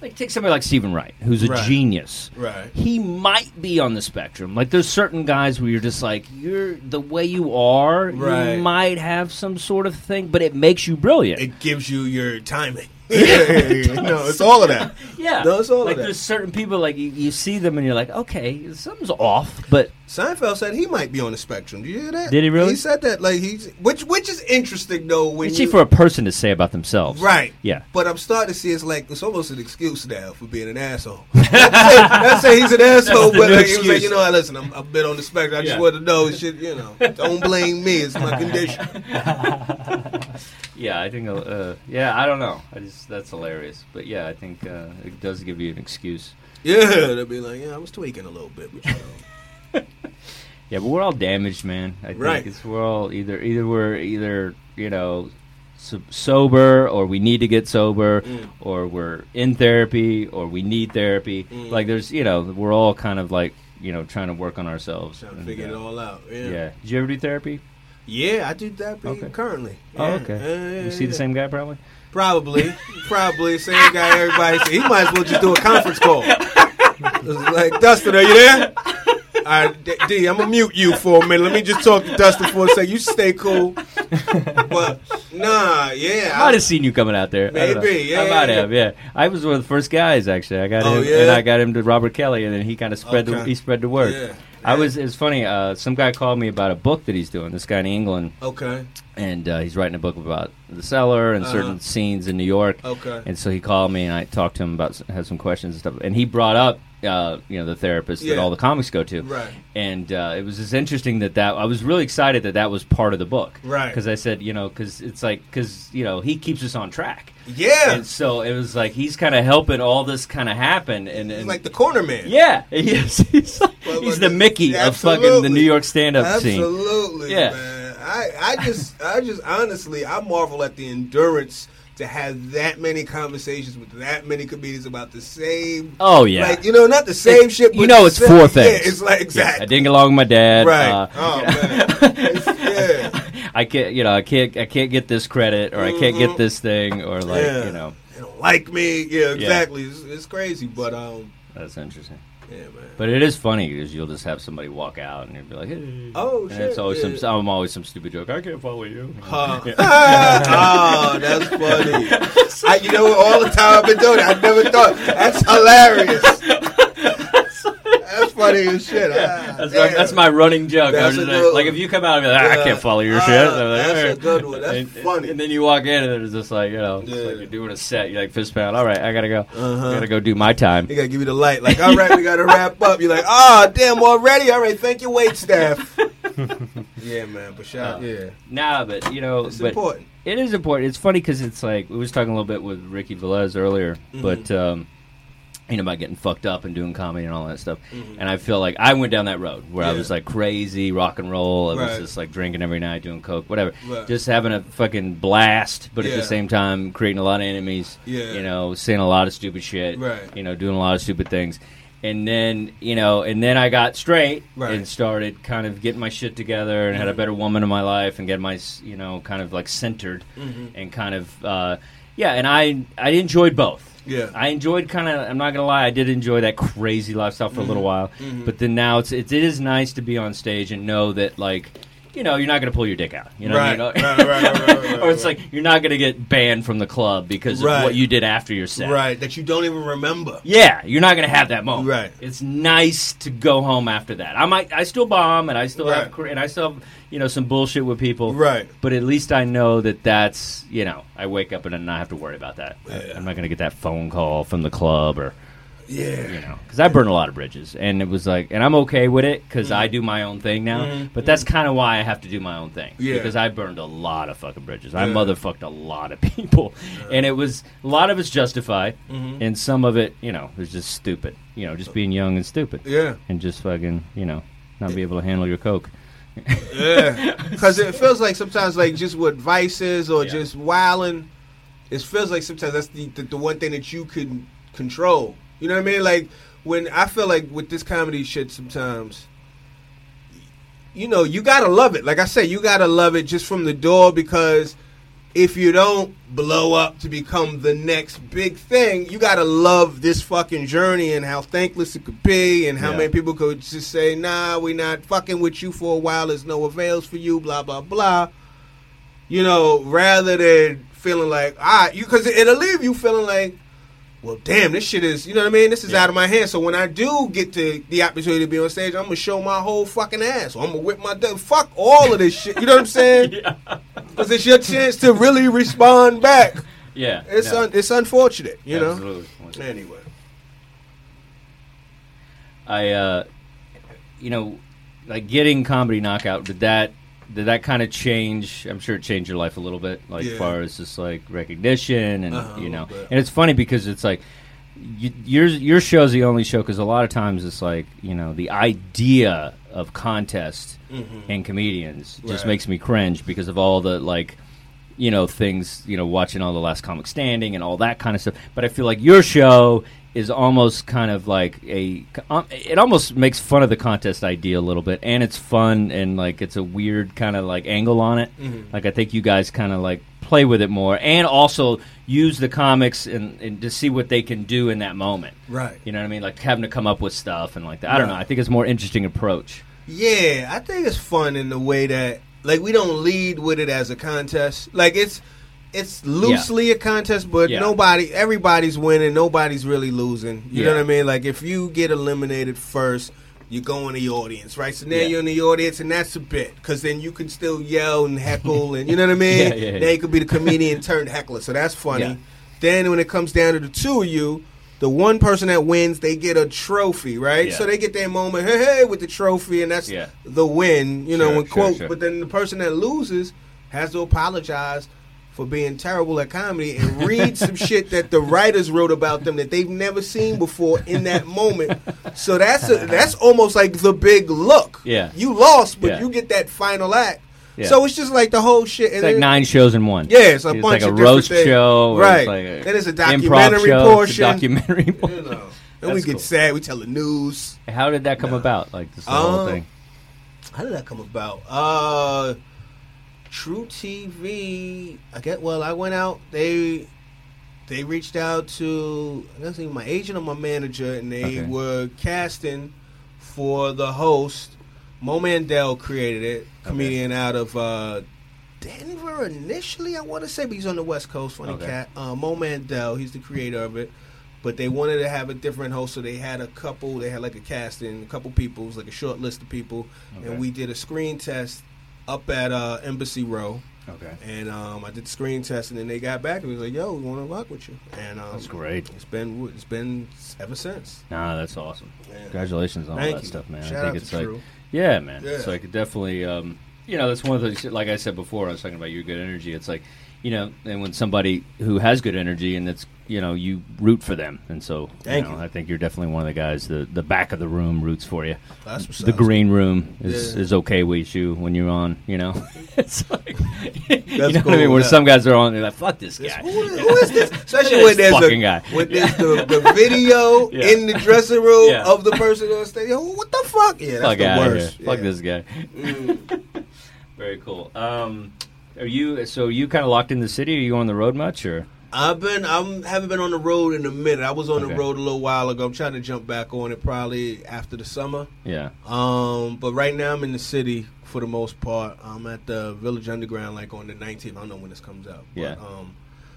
like take somebody like Stephen Wright, who's a Right. genius. Right. He might be on the spectrum. Like there's certain guys where you're just like, you're the way you are. Right. You might have some sort of thing, but it makes you brilliant. It gives you your timing. yeah, yeah, yeah. No, it's all of that. Yeah, No, it's all of like that. there's certain people like you, you see them and you're like, okay, something's off, but Seinfeld said he might be on the spectrum. Did you hear that? Did he really? He said that like he's which which is interesting though. When it's you, cheap for a person to say about themselves, Right. Yeah, But I'm starting to see it's like it's almost an excuse now for being an asshole. I say he's an asshole, the but new like, he was like, excuse. you know, what, listen, I'm a bit on the spectrum. I just Yeah. wanted to know, shit, you know, don't blame me. It's my condition. yeah. I think, uh, yeah, I don't know. I just that's hilarious, but yeah, I think uh, it does give you an excuse. Yeah, they'll be like, yeah, I was tweaking a little bit, but you know. Yeah, but we're all damaged, man. I think Right. it's we're all either either we're either you know so, sober or we need to get sober Mm. or we're in therapy or we need therapy. Mm. Like there's you know we're all kind of like you know trying to work on ourselves. trying to and, figure uh, it all out. Yeah. Yeah. Did you ever do therapy? Yeah, I do therapy Okay. currently. Oh, Yeah, okay. yeah, yeah, You see the yeah. same guy probably? Probably, probably same guy. Everybody, say. he might as well just do a conference call. It's like Dustin, are you there? All right, D, D, I'm gonna mute you for a minute. Let me just talk to Dustin for a second. You stay cool. But nah, yeah, I might have seen you coming out there. I don't know. Maybe, yeah, I might yeah, have. Yeah, I was one of the first guys actually. I got Oh, him, yeah? and I got him to Robert Kelly, and then he kind of spread the Okay. he spread the word. Yeah, I was. It's funny. Uh, some guy called me about a book that he's doing. This guy in England, okay, and uh, he's writing a book about the cellar and Uh-huh. certain scenes in New York. okay, And so he called me, and I talked to him about had some questions and stuff. And he brought up, uh, you know, the therapist Yeah. that all the comics go to right, and uh, it was just interesting that that I was really excited that that was part of the book, Right. Because I said, you know, because it's like because you know he keeps us on track, yeah. and so it was like he's kind of helping all this kind of happen, and, He's and like the corner man. yeah, yes, he's, like- Well, he's the well, this- Mickey of fucking the absolutely. New York stand-up scene. Absolutely, Yeah. man. I, I just, I just honestly, I marvel at the endurance to have that many conversations with that many comedians about the same. Oh yeah, Like you know, not the same It- shit. But You know, the it's same- four Yeah, things. it's like Yeah, I exactly didn't get along with my dad. right. uh, oh man, It's- yeah. I can't, you know, I can't, I can't get this credit, or I can't Mhm. get this thing, or like, Yeah. you know, They don't like me. Yeah, exactly. It's, it's crazy, but um, that's interesting. yeah, man. But it is funny because you'll just have somebody walk out and you'll be like, hey. oh shit, and it's always yeah. some. I'm always some stupid joke. I can't follow you. Huh. oh, that's funny. I, you know, all the time I've been doing it, I never thought. That's hilarious. That's funny as shit. Ah, That's, my, damn. that's my running joke. I That's was just a like, good like, one. if you come out and be like, "Ah, I Yeah. can't follow your Ah, shit. I'm like, that's That's a good one. That's and, funny. And then you walk in and it's just like you know, it's Yeah. like you're doing a set. You're like fist pound. All right, I gotta go. Uh-huh. Gotta go do my time. They gotta give you the light. Like, all right, we gotta wrap up. You're like, ah, damn, already. All right, thank your wait staff. yeah, man. But shout, Uh, yeah, Nah, but you know, it's but important. it is important. It's funny because it's like we was talking a little bit with Ricky Velez earlier, Mm-hmm. but um, you know about getting fucked up and doing comedy and all that stuff. Mm-hmm. And I feel like I went down that road where I Yeah. was like crazy rock and roll. I was Right. just like drinking every night, doing coke, whatever, Right. just having a fucking blast. But at Yeah. the same time, creating a lot of enemies. Yeah. you know, saying a lot of stupid shit. Right. you know, doing a lot of stupid things. And then you know, and then I got straight Right. Mm-hmm. and started kind of getting my shit together and had a better woman in my life and get my s- you know kind of like centered Mm-hmm. and kind of uh, yeah and I I enjoyed both. Yeah. I enjoyed kind of. I'm not gonna lie, I did enjoy that crazy lifestyle for a little Mm-hmm. while, but then now it's, it's it is nice to be on stage and know that like. You know, you're not going to pull your dick out. You know, Right, what I mean? right, right, right, right, right, or it's right. like you're not going to get banned from the club because Right. of what you did after your set. Right, that you don't even remember. Yeah, you're not gonna have that moment. Right. It's nice to go home after that. I might, I still bomb, and I still Right. have, cr- and I still, have, you know, some bullshit with people. Right. But at least I know that that's, you know, I wake up and I not have to worry about that. I- Yeah. I'm not gonna get that phone call from the club or, you Yeah. know, because I burn a lot of bridges, and it was like, and I'm okay with it because Mm-hmm. I do my own thing now. But that's kind of why I have to do my own thing. Yeah. Because I burned a lot of fucking bridges. I Yeah. motherfucked a lot of people, and it was a lot of it's justified, Mm-hmm. and some of it, you know, was just stupid. You know, just being young and stupid, Yeah. and just fucking, you know, not be able to handle your coke. Yeah. Because it feels like sometimes, like, just with vices or Yeah. just wilding, it feels like sometimes that's the, the, the one thing that you can control. You know what I mean? Like, when I feel like with this comedy shit sometimes, you know, you gotta love it. Like I said, you gotta love it just from the door because if you don't blow up to become the next big thing, you gotta love this fucking journey and how thankless it could be and how Yeah. many people could just say, nah, we not fucking with you for a while, there's no avails for you, blah, blah, blah. You know, rather than feeling like, ah, you, cause it'll leave you feeling like, well, damn, this shit is, you know what I mean? This is Yeah. out of my hands. So when I do get to the opportunity to be on stage, I'm going to show my whole fucking ass. Or I'm going to whip my dick. Fuck all of this shit. You know what I'm saying? Because it's your chance to really respond back. Yeah, It's, no, un- it's unfortunate, you know? absolutely. Anyway. I, uh, you know, like getting comedy knockout. Did that did that kind of change? I'm sure it changed your life a little bit, like Yeah. far as just like recognition and Uh-huh, a you know. little bit. And it's funny because it's like you, your your show's the only show because a lot of times it's like you know the idea of contest Mm-hmm. and comedians just Right. makes me cringe because of all the like you know things you know watching all the last comic standing and all that kind of stuff but i feel like your show is almost kind of like a um, it almost makes fun of the contest idea a little bit and it's fun and like it's a weird kind of like angle on it Mm-hmm. like i think you guys kind of like play with it more and also use the comics and, and to see what they can do in that moment Right. you know what i mean like having to come up with stuff and like that i don't know Right. i think it's a more interesting approach Yeah, I think it's fun in the way that like we don't lead with it as a contest. Like it's it's loosely a contest, but Yeah. nobody everybody's winning, nobody's really losing. You know Yeah. what I mean? Like if you get eliminated first, you go in the audience, right? So now Yeah. you're in the audience, and that's a bit because then you can still yell and heckle, and you know what I mean. Yeah, yeah, yeah. Now you could be the comedian turned heckler, so that's funny. Yeah. Then when it comes down to the two of you, the one person that wins, they get a trophy, right? Yeah. So they get their moment, hey, hey, with the trophy, and that's Yeah. the win, you know, Sure, in sure, quote. sure. But then the person that loses has to apologize for being terrible at comedy and read some shit that the writers wrote about them that they've never seen before in that moment. So that's a, that's almost like the big look. Yeah. you lost, but Yeah. you get that final act. Yeah. So it's just like the whole shit. It's like nine shows in one. Yeah, it's a bunch like a of different roast things. show, or It's Right. like a Then it's a improv documentary show, portion. It's a documentary. you Portion. know, and we That's get cool. sad. We tell the news. How did that come about? Like this whole Um, thing. How did that come about? Uh True TV. I get well. I went out. They they reached out to I guess either my agent or my manager, and they Okay. were casting for the host. Mo Mandel created it. Comedian out of uh, Denver initially, I want to say, but he's on the West Coast. Funny Okay. cat. Uh, Mo Mandel. He's the creator of it. But they wanted to have a different host, so they had a couple. They had like a casting, a couple people, it was like a short list of people, Okay. and we did a screen test up at uh, Embassy Row. Okay. And um, I did the screen test, and then they got back and was like, "Yo, we want to rock with you." And um, That's great. It's been it's been ever since. Nah, that's awesome. Yeah. Congratulations on Thank all that you. stuff, man. Shout I think out it's to like, Drew. yeah, man. Yeah. It's like it definitely, um, you know, that's one of those. Like I said before, I was talking about your good energy. It's like, you know, and when somebody who has good energy and that's, you know, you root for them, and so, Thank you know, you. I think you're definitely one of the guys. The the back of the room roots for you. That's what's the up. green room is, Yeah. is okay with you when you're on. You know, it's like you know That's what I mean. cool, Where yeah. some guys are on, they're like, "Fuck this guy." Who is, who is this? Especially This when there's fucking a, guy. when there's the, the video Yeah. in the dressing room Yeah. of the person on stage. Yo, what the fuck? Yeah, that's Fuck the outta worst. here. Yeah. Mm. Fuck this guy. Very cool. Um, are you so you kind of locked in the city? Are you on the road much or? I've been I'm haven't been on the road in a minute. I was on Okay. the road a little while ago. I'm trying to jump back on it probably after the summer. Yeah. Um, but right now I'm in the city for the most part. I'm at the Village Underground like on the 19th. I don't know when this comes out. But, Yeah. Um,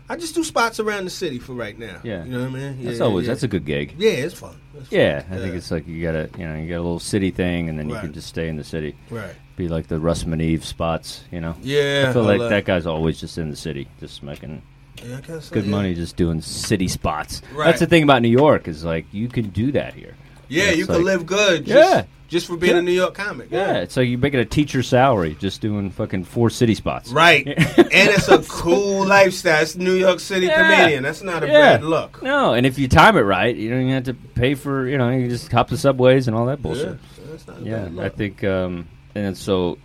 I just do spots around the city for right now. Yeah. You know what I mean? That's Yeah, always yeah. that's a good gig. yeah, it's fun. It's fun. Yeah, I think Yeah. it's like you gotta you know you got a little city thing, and then you Right. can just stay in the city. right. Be like the Russ Maneve spots, you know. Yeah, I feel I like love- that guy's always just in the city, just making Yeah, I guess so, good yeah. money, just doing city spots. Right. That's the thing about New York is like you can do that here. Yeah, It's you can like- live good. Just, Yeah. Just for being Yeah. a New York comic. Yeah, it's like you're making a teacher's salary just doing fucking four city spots. Right. and it's a cool lifestyle. It's New York City Yeah. comedian. That's not a Yeah. bad look. No, and if you time it right, you don't even have to pay for you know you just hop the subways and all that bullshit. Yeah, that's not a Yeah, bad I look. think, um, and so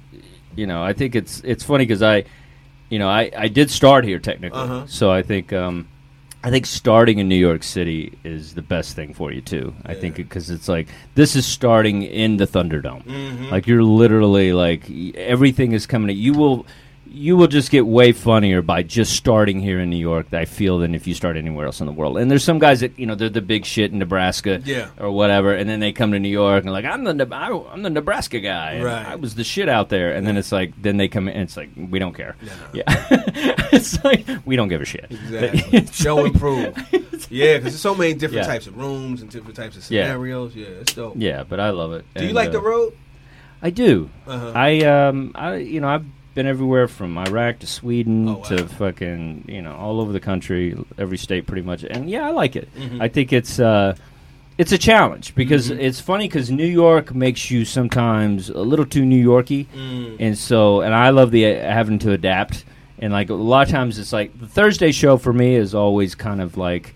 you know, I think it's it's funny because I, you know, I I did start here technically, Uh-huh. so I think. Um, I think starting in New York City is the best thing for you too. I think because it's like this is starting in the Thunderdome. Mm-hmm. Like you're literally like y- everything is coming. You will you will just get way funnier by just starting here in New York. I feel than if you start anywhere else in the world. And there's some guys that you know they're the big shit in Nebraska, Yeah. or whatever, and then they come to New York and like I'm the Ne- I, am the Nebraska guy. and Right. I was the shit out there, and then it's like then they come in and it's like we don't care. Yeah, it's like we don't give a shit. Exactly. Show and prove. Yeah, because there's so many different Yeah. types of rooms and different types of Yeah. scenarios. Yeah, it's dope. Yeah, but I love it. uh, Do you like the road? I do. Uh-huh. I um I you know I've been everywhere from Iraq to Sweden Oh, wow. to fucking you know all over the country, every state pretty much. And yeah, I like it. Mm-hmm. I think it's uh it's a challenge because it's funny because New York makes you sometimes a little too New Yorky, Mm. and so and I love the uh, having to adapt. And like a lot of times, it's like the Thursday show for me is always kind of like,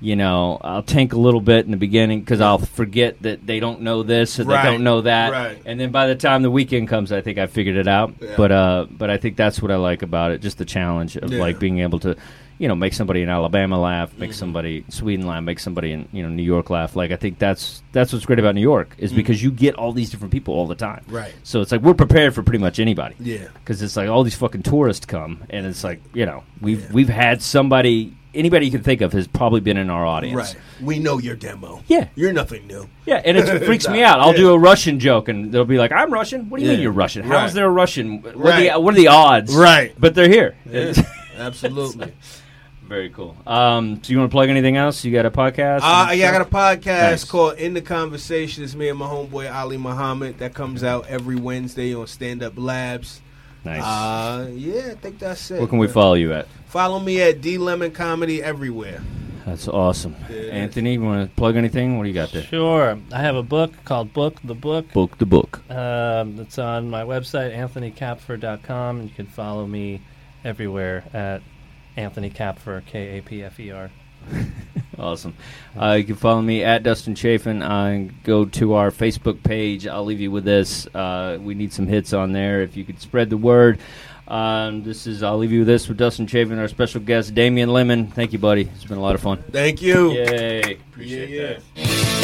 you know, I'll tank a little bit in the beginning because I'll forget that they don't know this or they Right. don't know that, Right. and then by the time the weekend comes, I think I figured it out. Yeah. But uh, but I think that's what I like about it, just the challenge of Yeah. Mm-hmm. like being able to, you know, make somebody in Alabama laugh, make somebody in Sweden laugh, make somebody in you know New York laugh. Like I think that's that's what's great about New York Mm. is because you get all these different people all the time. Right. So it's like we're prepared for pretty much anybody. Yeah. Because it's like all these fucking tourists come, and it's like you know we've we've had somebody anybody you can think of has probably been in our audience. Right. We know your demo. Yeah. You're nothing new. Yeah, and it freaks me Nah, out. I'll yeah. do a Russian joke, and they'll be like, "I'm Russian." What do you Yeah. mean you're Russian? How is Right. there a Russian? What, are Right. the, what are the odds? Right. But they're here. It's Absolutely. very cool. Um, so you want to plug anything else? You got a podcast? Uh, and yeah, I got a stuff? podcast Nice. called In the Conversation. It's me and my homeboy Ali Muhammad that comes out every Wednesday on Stand Up Labs. Nice. Uh, yeah, I think that's it. Where can we man. follow you at? Follow me at D Lemon Comedy everywhere. That's awesome. Yeah. Anthony, you want to plug anything? What do you got there? Sure. I have a book called Book the Book. Book the book. Um, it's on my website, anthonycapfer.com. You can follow me everywhere at Anthony Capfer, K A P F E R. Awesome. Uh, you can follow me at Dustin Chafin. Uh, go to our Facebook page. I'll leave you with this. Uh, we need some hits on there. If you could spread the word. Um, this is I'll leave you with this with Dustin Chafin, our special guest Damian Lemon. Thank you, buddy. It's been a lot of fun. Thank you. Yay! Appreciate Yeah, yeah. that.